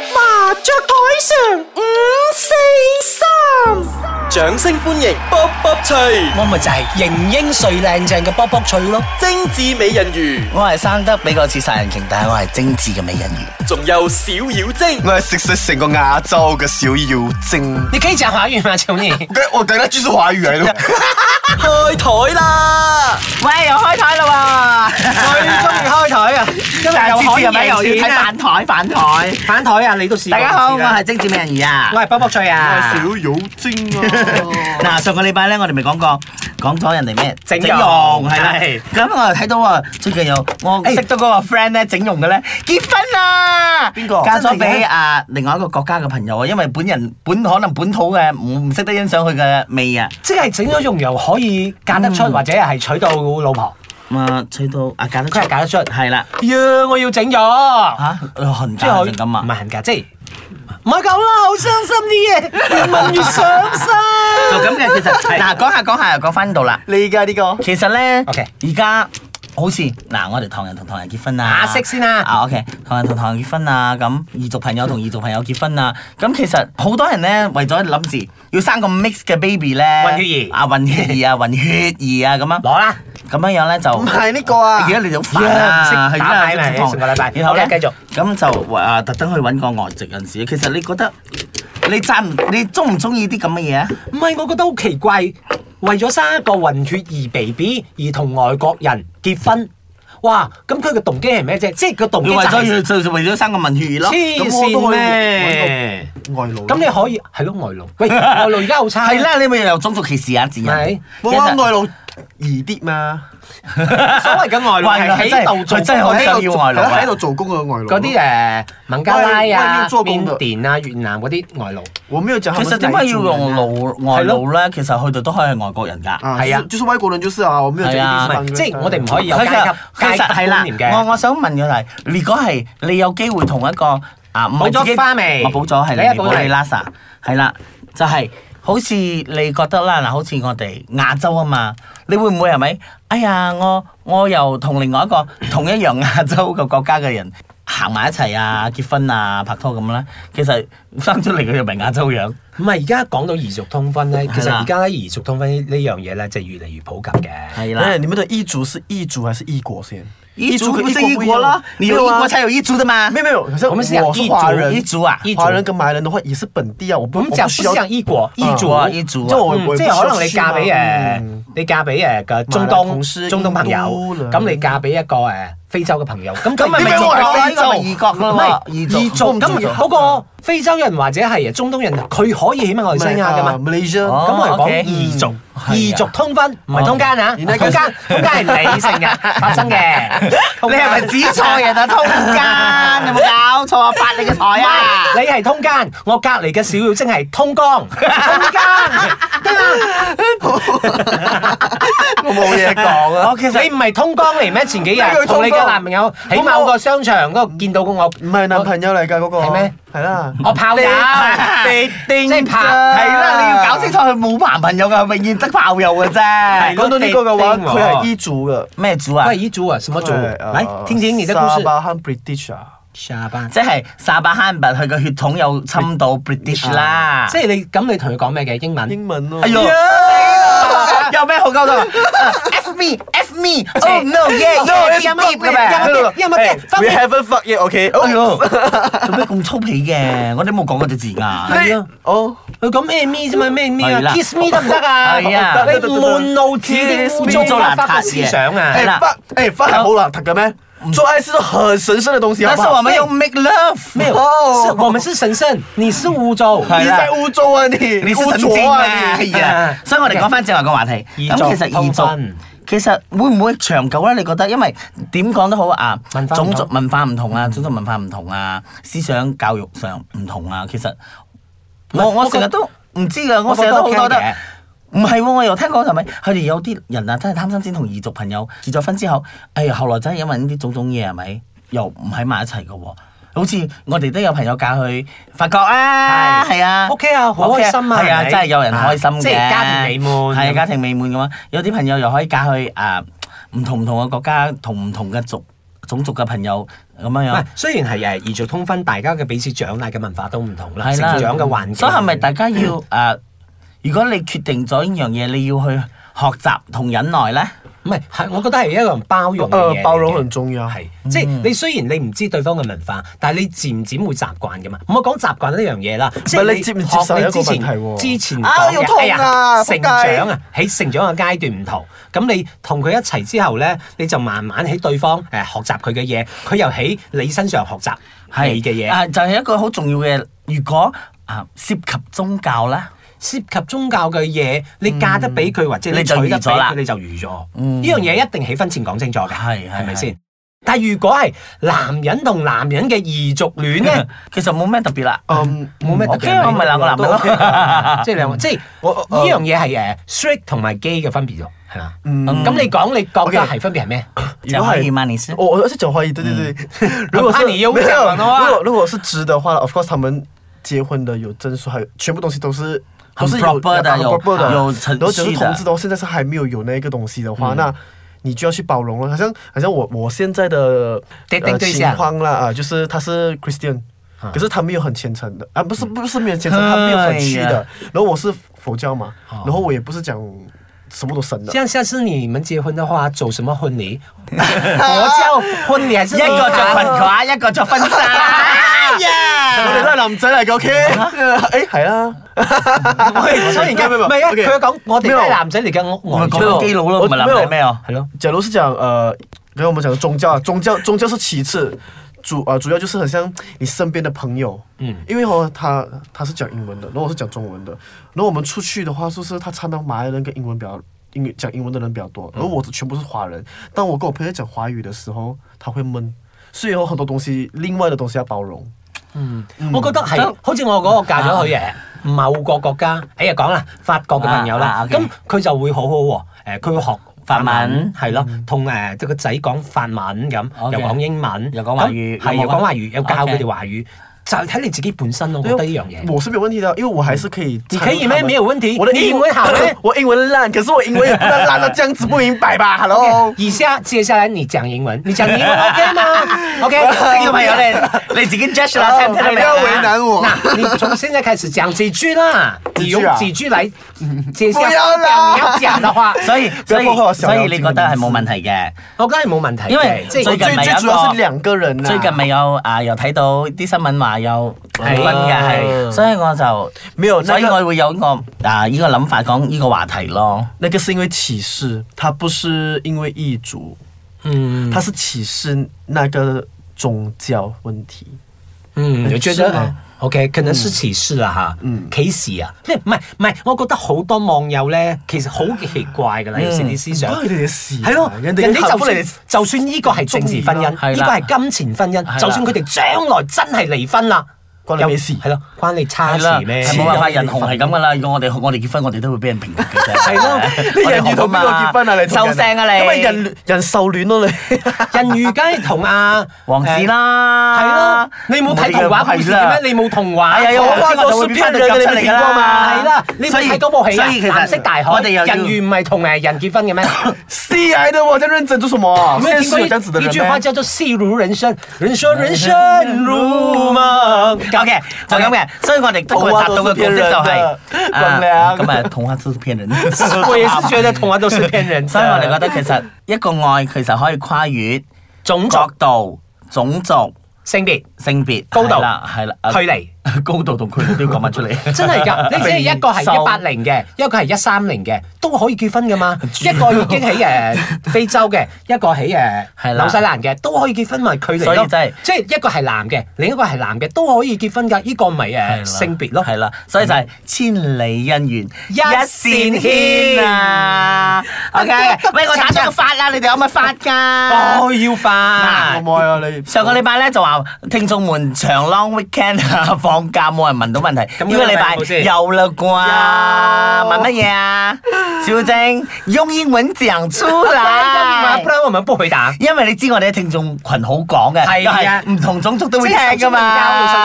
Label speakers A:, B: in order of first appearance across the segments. A: 雀台上
B: ừ,
A: 五四三，掌聲歡迎卜卜脆，
C: 我咪就係型英帥靚正嘅卜卜脆咯。
A: 精緻美人魚，
C: 我係生得比較似殺人鯨，但係我係精緻嘅美人魚。
A: 仲有小妖精，
D: 我係食食成個亞洲嘅小妖精。
C: 你可以講華語嗎，求你？
D: 我等下繼續華語嚟咯。
A: 開台啦！
E: 喂，又開台啦喎！
B: 最中意開台啊！今日
E: 但
B: 又
E: 係次
B: 可
E: 次
B: 以
E: 又咪又
B: 贏
E: 要睇
B: 錢啊！
E: 反台反台。
B: 反台啊，你都試過。
E: 大家好，我
B: 知啦
E: 係精緻美人魚啊
B: 我！係卜卜脆啊。
D: 妖精啊！
E: 嗱，上個禮拜咧，我哋咪講過講咗人哋咩
B: 整容
E: 係啦
B: 係。
E: 咁我又睇到啊，最近有我識到嗰個 friend 咧整容嘅咧結婚啦，
B: 邊個
E: 嫁咗
B: 真係
E: 俾
B: 嘅
E: 啊另外一個國家嘅朋友啊，因為本人本可能本土嘅唔唔識得欣賞佢嘅味啊，
B: 即係整咗容又可以嫁
E: Ừ.
B: 得出，或者係娶到老婆。
E: 咁啊吹到啊嫁得出，
B: 佢係嫁得出
E: 係啦
B: 呀！我要整咗，
E: 嚇，韓
B: 即係
E: 嫁
B: 可以
E: 成咁啊
B: 唔，係人㗎，即係唔係咁啦，好傷心啲嘢，越問越傷心。
E: 就咁嘅 其實嗱講下講下又講翻到啦。
B: 你㗎呢個
E: 其實咧
B: OK
E: 而家好似嗱，我哋唐人同唐人結婚
B: 下
E: 啊，
B: 色先啦
E: 啊，OK，唐 À, 人同唐人結婚啊，咁異族朋友同異族朋友結婚啊，咁其實好多人咧為咗諗住要生個 mix 嘅 baby À, 咧，
B: 混血兒
E: 啊，混血兒啊，混血兒啊，咁樣
B: 攞啦，
E: 咁樣樣咧就
B: 唔係呢個啊
E: 而家你就好煩啊，
B: 呀唔識打牌咪上個禮拜
E: 然後咧
B: OK，繼續
E: 咁就啊特登去揾個外籍人士，其實你覺得你贊唔你中唔中意啲咁嘅嘢啊？
B: 唔係我覺得好奇怪，為咗生一個混血兒 BB 而同外國人結婚，哇！咁佢嘅動機係咩啫？即係個動機
E: 你
B: 就
E: 為咗
B: 係
E: 要就為咗生個混血兒咯，
B: 黐
E: 咁
B: 線
E: 我都可以
B: 咩？
D: 外勞
B: 咁你可以係咯外勞，喂外勞而家好差，啊
E: 係，啦，你咪又種族歧視啊，自然
B: 係。
D: 冇啊，外勞易啲嘛，
B: 所謂嘅外 勞係喺度做
E: 佢真係好
B: 喺
E: 想
B: 度
E: 要
B: 做
E: 外勞啊
D: 喺度！做工嘅外勞。
B: 嗰啲啊誒孟加拉
D: 外外
B: 啊
D: 面、做工
B: 緬
D: 的
B: 甸啊、越南嗰啲外勞，
D: 我沒有講
E: 其
D: 他們
E: 實
D: 是
E: 點
D: 哪
E: 解
D: 一
E: 要
D: 種人
E: 用
D: 啊
E: 勞外勞咧？其實佢哋都可以係外國人㗎。
D: 啊，
B: 係啊
D: 就是就是外國人就是啊，我沒有講
E: 係啊
D: 一
B: 唔係
D: 定是白人
B: 即係我哋唔可以有
E: 佢
B: 階
E: 嘅
B: 級
E: 其
B: 階
E: 實
B: 級
E: 係
B: 觀
E: 啦
B: 念，
E: 我
B: 嘅。
E: 我想問嘅係，如果係你有機會同一個啊，唔係
B: 補咗
E: 自己
B: 花未
E: 我補咗係
B: 你一
E: 你
B: 補
E: 補
B: 嚟
E: 你 Lasa 係啦，就係、好似你覺得啦，嗱，好似我哋亞洲啊嘛，你會唔會係咪？哎呀，我我又同另外一個同一樣亞洲嘅國家嘅人行埋一齊啊，結婚啊，拍拖咁啦，其實生出嚟佢又唔係亞洲樣。
B: 唔係而家講到異族通婚咧，其
E: 係
B: 實
E: 啦
B: 而家咧異族通婚呢呢樣嘢咧，就係越嚟越普及嘅。
E: 係
D: 哎，你們的異族是異族還是異國先？
E: 一族
D: 跟
E: 不是
D: 一
E: 一
D: 不
E: 國
D: 樣
E: 啦
D: 啊，
E: 你有
D: 沒
E: 一
D: 啊
E: 國才有一族的嘛。
D: 沒有沒有，可是
B: 我
D: 我
B: 們是講
D: 是
B: 異
D: 華
B: 族
D: 人，
E: 異族啊
B: 異族
D: 華人跟馬來人的話也是本地啊，我不
B: 我
D: 我
B: 們講
D: 不需要
B: 不
D: 嗯
B: 是講異國異族嗯
E: 啊異族啊
D: 就我我也不需
B: 即
D: 要
B: 係可能你嫁俾
D: 去嘛
B: 誒
D: 嗯，
B: 你嫁俾誒個中
D: 馬來同
B: 東
D: 事
B: 中東朋友
D: 印度，啦
B: 咁你嫁俾一個誒非洲嘅朋友，咁咁
E: 咪
D: 咪我係
E: 係
D: 非洲
E: 異國
B: 唔
E: 㗎
B: 係
E: 啦，
B: 異族
E: 咁
B: 咁嗰個非洲人或者係中東人，佢可以起碼馬來西亞噶嘛？
D: Malaysia，
E: 哦
B: 咁我哋講
E: OK
B: 異族
E: 嗯，係啊
B: 異族通婚唔係通奸啊，通
D: 原來
B: 奸
D: 佢
B: 通奸係理 性嘅發生嘅。
E: 你係咪指 錯人啊？通奸，有冇搞錯啊？發你嘅財啊！
B: 你係通奸，我隔離嘅小妖精係通江，通奸。
D: 我冇嘢講啊。
E: 我其
B: 你唔係通江嚟咩？前幾日
D: 咩叫通江
B: 同你嘅男朋友喺某個商場嗰度見到過我，
E: 嗯
D: 唔係男朋友嚟㗎嗰個，
B: 係咩？
D: 係啦，
B: 我炮友，
E: 你定
B: 即係拍
E: 係啦，你要搞清楚佢冇男朋友㗎，永遠得炮友嘅啫。
D: 講到呢個嘅
B: 地
D: 話，
B: 丁喎
D: 佢係醫族嘅，
E: 咩組啊
B: 喂，？彝族啊，什麼族？
E: 哎
D: 佢係呃
B: 來
E: 哦
B: 聽聽你的故
D: 沙
B: 事。
D: 巴和 British 啊，
B: 下班，
E: 即係沙巴慳拔，佢嘅血統有侵到 British 啦。
B: 即係你咁，你同佢講咩嘅英文？啊
D: 英文咯。
E: 哎呦，有咩好溝通？F vâng. Ờ, me, F me, oh no, yeah, yeah, yeah, yeah, yeah, yeah.
B: 有冇聽分
D: We haven't fuck yet, OK？哦
E: 哎呦，做咩咁粗鄙嘅？我哋冇講嗰隻字㗎。
B: 係啊
D: 你哦，
B: 佢講咩咪啫嘛，咩咪
E: 係
B: 啊
E: 啦
B: ？Kiss me 得唔得啊？
E: 係啊
B: 你滿腦子啲污糟邋遢嘅思想啊！
E: 係
D: 誒
E: 啦
D: fuck，誒 fuck 係好邋遢嘅咩？做愛是種很神聖嘅東西，好
E: 但
D: 不
E: 是
D: 好
E: 我們用 make love，Oh.
B: 沒有，
D: 哦
B: 是我們是神聖，你是污糟。
E: 係
D: 你
E: 啦
D: 在污糟啊你，
E: 你是
D: 污
E: 神
D: 濁
E: 經
D: 啊
E: 啊！
D: 你
E: 係啊， 所以我哋講翻正話個話題。
B: 異族
E: 咁其實
B: 通
E: 異
B: 婚
E: 族其實會唔會長久咧？你覺得因為點講都好啊，
B: 文化唔
E: 種族
B: 同
E: 文化唔同啊，種族文化唔同啊，思想教育上唔同啊。其實我
B: 我
E: 我
B: 覺
E: 成日都唔知㗎，我成日都好
B: 我覺得
E: 多
B: OK
E: 得
B: 嘅。
E: 唔係喎，我又聽講係咪佢哋有啲人啊，真係貪心先同異族朋友結咗婚之後，哎呀，後來真係因為呢啲種種嘢係咪又唔喺埋一齊嘅喎？好似我哋都有朋友嫁去法國啊，係啊
B: OK 啊好開心啊
E: 係
B: 係
E: 啊，
B: 咪
E: 真係有人開心嘅，
B: 即係家庭美滿
E: 係啊，家庭美滿咁啊，有啲朋友又可以嫁去啊唔同唔同嘅國家，同唔同嘅族種族嘅朋友咁樣
B: 唔
E: 樣
B: 係，。雖然係誒異族通婚，大家嘅彼此長大嘅文化都唔同啦，
E: 係
B: 成
E: 啦
B: 長嘅環境。
E: 所以係咪大家要誒、呃如果你決定咗呢樣嘢，你要去學習同忍耐咧？
B: 唔係，係我覺得係一樣包容嘅嘢嚟嘅
D: 呃包容很重要嗯
B: 係，即係你雖然你唔知對方嘅文化，但係你漸漸會習慣嘅嘛。唔好講習慣呢樣嘢啦，即係
D: 你接唔接受
B: 學
D: 係
B: 你
D: 一個
B: 之前
D: 問題喎
B: 之前
D: 啊
B: 講
D: 要
B: 嘅
D: 痛啊
B: 哎呀成
D: 仆街
B: 長啊，喺成長嘅階段唔同。咁你同佢一齊之後咧，你就慢慢喺對方誒學習佢嘅嘢，佢又喺你身上學習你嘅嘢。
E: 啊，就係、一個好重要嘅。如果啊涉及宗教咧，
B: 涉及宗教嘅嘢，你嫁得俾佢或者你
E: 嗯你就
B: 娶得
E: 預
B: 俾
E: 咗啦
B: 佢，你就預咗。
E: 嗯
B: 呢樣嘢一定喺婚前講清楚嘅，
E: 係係
B: 係咪
E: 係
B: 先？但係如果係男人同男人嘅異族戀 咧，
E: 其實冇咩特別啦。
D: 嗯，
B: 冇咩特別
E: OK，我咪兩個男嗯人 咯。
B: 即係 兩個，即係
D: 我
B: 呢
D: 我
B: 樣嘢係誒 straight 同埋 gay 嘅分別咗，係嘛？
D: 嗯
B: 咁你講你覺得
D: OK
B: 係分別係 咩？
D: 如果
E: 講
D: 係
E: 以馬尼斯
D: 哦我我是讲华语，对对对。
E: 嗯
D: 如果
B: 啊
D: 是
B: 你又
D: 没有
B: 讲了哇
D: 如果如果是直的话，of course 他们结婚的有证书，还有全部东西都是。都
E: 很
D: 是
E: proper 的
D: 很
E: 有
D: proper 的，
E: 有程序的嗯
D: 然后只是同志的话，现在是还没有有那个东西的话，那你就要去包容了。好像好像我我现在的
B: 对对
D: 呃
B: 对
D: 情
B: 象
D: 况啦啊，就是他是 Christian，可是他没有很虔诚的啊，不是不是没有虔诚，他没有很虚
E: 啊嗯哎
D: 的
E: 呀。哦
D: 然后我是佛教嘛，然后我也不是讲什么都神的，
B: 像下次你們結婚的話，做什麼婚 禮？我教婚禮還是
E: 一個着裙褂，一個着婚紗。
D: 我哋都係男仔嚟嘅，OK？誒係啦，
B: 喂，所以而家
D: 唔係唔係
B: 唔係啊，
D: OK
B: 佢講我哋都
D: 咩
B: 係
D: 啊
B: 男仔嚟嘅，我
E: 我
B: 我
E: 咪
B: 係
E: 講
B: 做
E: 到基佬咯，唔係男仔咩哦？
B: 係咯。
D: 假如是講呃，跟我們講宗教啊，宗教宗教是其次，主啊、呃主要就是很像你身邊的朋友，嗯，因為哦他他是講英文的，然後我是講中文的，然後我們出去的話，就是他看到馬來人跟英文比較。英語講英文的人比較多，
B: 嗯
D: 而我全部是華人。當我跟我朋友講華語的時候，他會悶，所以有很多東西，另外的東西要包容。
B: 我覺得係
E: 咁，
B: 好似我嗰個嫁咗去誒某個國家，哎呀講啦，法國嘅朋友
E: 啊啊
B: 啦，
E: 啊，OK
B: 咁佢就會好好喎，誒佢會學。
E: 法文嗯
B: 係咯，同誒即係個仔講法文咁，
E: OK
B: 又講英文，
E: 又講華
B: 咁
E: 語
B: 係
E: 有冇
B: 又
E: 啊
B: 講華語，又教佢
E: OK 哎
B: 哋華語，就係睇你自己本身咯。我覺得呢樣嘢，嗯
D: 我是沒有問題的，因為我還是可以。
B: 你可以咩？沒有問題。
D: 我的
B: 你英文好咩？
D: 我英文烂，可是我英文也不能烂到这样子，不明 白吧？Hello，
B: 以下接下來你講英文，你講英文 OK 嗎？OK，
E: 聽眾朋友你你自己 judge 啦，聽唔聽得
D: 不
E: 明
D: 要
E: 啊
D: 為難我。
B: 那你從現在開始講幾句啦， 你
D: 幾句
B: 用
D: 啊
B: 幾句來接下
D: 不
B: 來
D: 要啦
B: 你要講的 話，
E: 所以
D: 不要
E: 所以
D: 破壞我小
E: 所
D: 妖
E: 以
D: 精
E: 你覺得係冇問題嘅。
B: 我覺得係冇問題嘅，
E: 因為
B: 即
E: 最
B: 係
D: 最
E: 近咪有
D: 最
E: 一個
D: 主要是兩個人啊。
E: 最近咪有啊，又睇到啲新聞話有離婚嘅
B: 係
E: 係，所以我就
D: 沒有那
E: 所以
D: 個
E: 我會有呢個啊呢個諗法講呢個話題咯。
D: 那個是因為歧視，他不是因為異族，
B: 嗯
D: 他是歧視那個宗教問題。
B: 嗯，我覺得
D: 是嗯嗎
B: OK，可能是歧視啦嚇，歧視啊，即係唔係唔係，我覺得好多網友咧其實好奇怪
D: 嗯
B: 㗎啦，有時啲思想
D: 關。佢哋嘅事啊。
B: 係咯，人
D: 人
B: 哋
D: 哋
B: 就
D: 就
B: 算
D: 嚟。
B: 就算呢個係政治婚姻，呢
E: 係啦
B: 個係金錢婚姻，
E: 啦
B: 就算佢哋將來真係離婚啦，
D: 關你咩事
B: 係咯，關你差
E: 係啦，
B: 事咩？
E: 係冇辦法，人紅係咁噶啦。如果我哋我哋結婚，我哋都會俾人評論嘅啫。係
B: 咯
D: 你人魚同邊個結婚啊？你
E: 收聲啊你！
D: 因為人人受戀咯你。
B: 人魚梗係同阿
E: 王子。
B: 誒係
E: 啦，
B: 咯，你冇睇童話故事嘅咩？你冇童話，
E: 哎呀，有
B: 我
E: 我
B: 話
E: 知我就會
D: 都
E: 俾
D: 是騙
E: 人
D: 人嘅
E: 夾出
D: 你
E: 嚟
D: 未
E: 㗎
D: 見過
E: 啦。
D: 嘛
B: 係啦，你冇睇嗰部戲啊？
E: 所以其
B: 藍色
E: 實
B: 大海，
E: 我哋又要
B: 人魚唔係同誒人結婚嘅咩？
D: C I 的，我在認真做什麼？
B: 有沒有聽
D: 現實有這樣子
B: 過一
D: 的人
B: 一句
D: 咩
B: 話叫做“戲如人生”，人說人生如夢。
E: 咁嘅就咁 嘅，所以我哋都會達到嘅共識就係
D: 童話都是騙人的
E: 啊
D: 光良
E: 咁啊，童話都是騙人的。
B: 我也是覺得童話都是騙人的，
E: 所以我哋覺得其實一個愛其實可以跨越
B: 種 族、
E: 角度、種族、
B: 性別、
E: 性別、
B: 高度
E: 係啦，係啦，啊
B: 距 離。
E: 高度同距離都要講埋出嚟。
B: 真係 㗎，你只係一個係
E: 瘦
B: 一八零嘅，一個係一三零嘅，都可以結婚㗎 嘛。一個已經喺誒非洲嘅，一個喺誒
E: 係啦
B: 紐西蘭嘅，都可以結婚咪距離
E: 所以
B: 咯。
E: 真係
B: 即係一個係男嘅，另一個係男嘅都可以結婚㗎。呢個咪誒性別咯。
E: 係啦，所以就係千里姻緣
B: 一線牽
E: 啊！OK，喂，我打咗個發啦，你哋有冇發㗎？
B: 哦，要化。
E: 嗱
D: 我冇啊你。
E: 上個禮拜咧就話聽眾們長 long weekend 啊，放 放假冇人問到問題。
B: 咁
E: 呢個禮拜
B: 今個禮拜有冇先
E: 有啦啩？問乜嘢啊？ 小晶用英文講出
B: 啊，
E: 來
B: 不。然我们不回答。
E: 因為你知我哋啲聽眾群好廣嘅，
B: 係啊
E: 又係唔同種族都會聽
B: 即係
E: 噶嘛。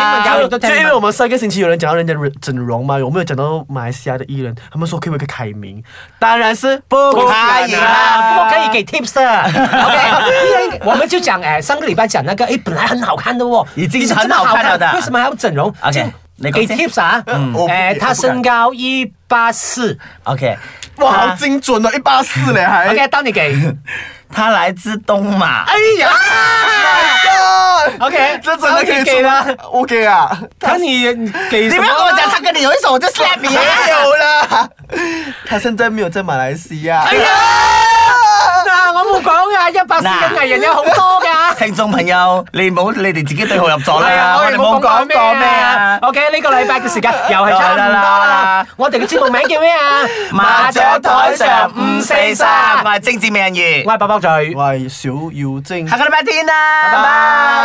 B: 英文教育都聽
D: 就
B: 得
D: 因为我们上个星期有人讲到人家整容嘛，我们有讲到马来西亚的艺人，他们说可不可以改名？当然是不
E: 不
D: 可
E: 可
D: 以
E: 以
D: 啦
E: 啦。
B: 不过可以给 tips 的，OK？我们就讲，哎，上个礼拜讲那个，哎，本来很好看的哦，
E: 已经
B: 你怎么
E: 很好看了的
B: 为什么还要整容
E: OK，
B: 这样
E: 你
B: 给
E: 讲先嗯
B: tips 啊，
D: 我
B: 哎，他身高一八四
E: OK，哎
D: 哇，
E: 他
D: 好精准哦，一八四嘞还。
B: ，OK，到你 给，
E: 他來自東馬。
B: 哎呀
D: God，
B: ，OK，
D: 这真的可以
B: 给
D: 出
B: 了，
D: ？OK 啊，
B: 看你你给
E: 你
B: 什
E: 不
B: 么
E: 要跟我讲他跟你有一手，我就 slap 你
D: 没
E: 啊！
B: 哎
D: 有啦，他现在没有在马来西亚。
B: 哎呀，嗱，我冇講噶，一百四嘅藝人有好多噶。
E: 聽眾朋友，你唔好你哋自己對號入座
B: 係
E: 啦，
B: 啊，
E: 我哋冇講過咩啊。
B: à. ？OK，呢個禮拜嘅時間又係差唔多啦。我哋嘅節目名叫咩啊？
E: 麻雀台上五四三，我係精緻美人魚，
B: 我係八包嘴。
D: 喂，小妖精
E: 啊下。個禮拜天啦，拜拜。